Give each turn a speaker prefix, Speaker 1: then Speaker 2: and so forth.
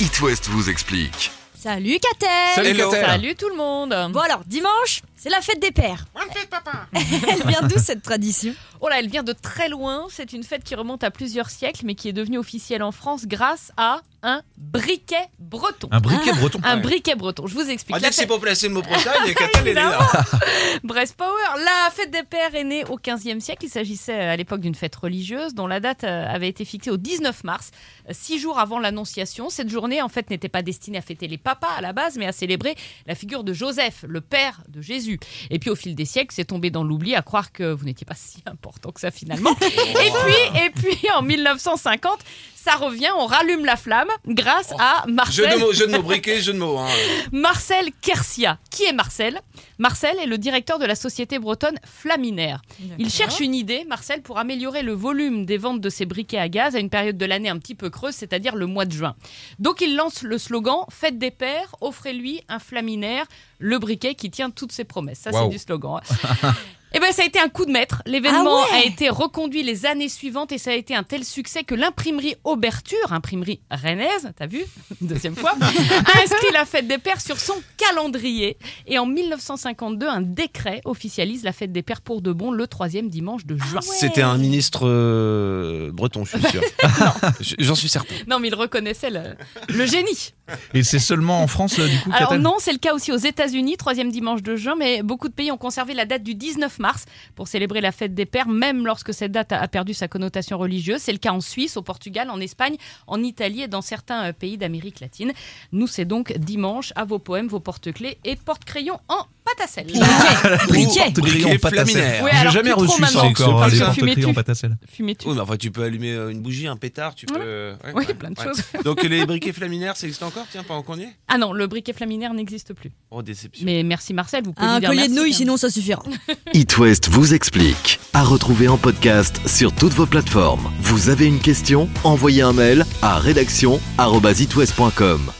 Speaker 1: It West vous explique.
Speaker 2: Salut Katel
Speaker 3: Salut, Hello. Katel.
Speaker 4: Salut tout le monde
Speaker 2: Bon alors, dimanche, c'est la fête des pères. Elle vient d'où cette tradition
Speaker 4: Oh là, elle vient de très loin. C'est une fête qui remonte à plusieurs siècles, mais qui est devenue officielle en France grâce à un briquet breton. Ah,
Speaker 3: Un briquet breton. Ah,
Speaker 4: Un briquet breton, je vous explique.
Speaker 5: On
Speaker 4: La
Speaker 5: dit que c'est
Speaker 4: fête-
Speaker 5: pour placer le mot Bretagne, Catel, elle est là.
Speaker 4: Brest Power, la fête des pères est née au XVe siècle. Il s'agissait euh, à l'époque d'une fête religieuse dont la date euh, avait été fixée au 19 mars, euh, six jours avant l'Annonciation. Cette journée, en fait, n'était pas destinée à fêter les papas à la base, mais à célébrer la figure de Joseph, le père de Jésus. Et puis, au fil des siècles, c'est tombé dans l'oubli à croire que vous n'étiez pas si important que ça finalement. et
Speaker 5: Oh,
Speaker 4: puis, et puis, en 1950, ça revient, on rallume la flamme grâce à
Speaker 5: Oh, Jeu de
Speaker 4: Marcel
Speaker 5: mots, jeu de mots briquet, jeu de mots. hein.
Speaker 4: Marcel Kersia. Qui est Marcel Marcel est le directeur de la société bretonne Flaminaire. Il cherche une idée, Marcel, pour améliorer le volume des ventes de ses briquets à gaz à une période de l'année un petit peu creuse, c'est-à-dire le mois de juin. Donc il lance le slogan Faites des pères, offrez-lui un Flaminaire, le briquet qui tient toutes ses promesses. Ça,
Speaker 3: Waouh.
Speaker 4: c'est du slogan. Eh ben, ça a été un coup de maître. L'événement
Speaker 2: Ah ouais
Speaker 4: a été reconduit les années suivantes et ça a été un tel succès que l'imprimerie Auberture, imprimerie rennaise, t'as vu Deuxième fois, Ah, a inscrit la fête des pères sur son calendrier. Et en 1952, un décret officialise la fête des pères pour de bon le troisième dimanche de juin.
Speaker 5: C'était un ministre euh, breton, je suis sûr. J- J'en suis certain.
Speaker 4: Non, mais il reconnaissait le, le génie.
Speaker 3: Et c'est seulement en France, là, du coup,
Speaker 4: Alors
Speaker 3: Katel
Speaker 4: non, c'est le cas aussi aux États-Unis, troisième dimanche de juin, mais beaucoup de pays ont conservé la date du 19 mars pour célébrer la fête des pères, même lorsque cette date a a perdu sa connotation religieuse. C'est le cas en Suisse, au Portugal, en Espagne, en Italie et dans certains euh, pays d'Amérique latine. Nous, c'est donc dimanche à vos poèmes, vos porte-clés et porte-crayons en pâte à sel.
Speaker 2: Briquet
Speaker 3: Porte-grillon
Speaker 5: Briquet
Speaker 3: pâte à sel.
Speaker 5: flaminaire.
Speaker 4: Ouais,
Speaker 3: J'ai
Speaker 4: alors
Speaker 3: jamais
Speaker 4: plus trop
Speaker 3: reçu ça
Speaker 4: maintenant,
Speaker 3: encore, hein,
Speaker 4: parce
Speaker 3: les
Speaker 4: que
Speaker 3: porte-grillons
Speaker 4: fumais-tu.
Speaker 3: pâte à sel.
Speaker 4: Fumais-tu
Speaker 5: Oui, mais enfin, tu peux allumer euh, une bougie, un pétard, tu peux.
Speaker 4: Voilà.
Speaker 5: euh, ouais,
Speaker 4: Oui,
Speaker 5: ouais,
Speaker 4: plein de
Speaker 5: ouais.
Speaker 4: choses.
Speaker 5: Donc les briquets flaminaires, ça existe encore Tiens, pendant qu'on y est
Speaker 4: Ah non, le briquet flaminaire n'existe plus.
Speaker 5: Oh, déception.
Speaker 4: Mais merci Marcel, vous pouvez
Speaker 2: Un
Speaker 4: lui dire
Speaker 2: collier de
Speaker 4: merci,
Speaker 2: nouilles,
Speaker 4: hein.
Speaker 2: sinon ça suffira.
Speaker 1: It West vous explique. À retrouver en podcast sur toutes vos plateformes. Vous avez une question Envoyez un mail à rédaction@itwest.com.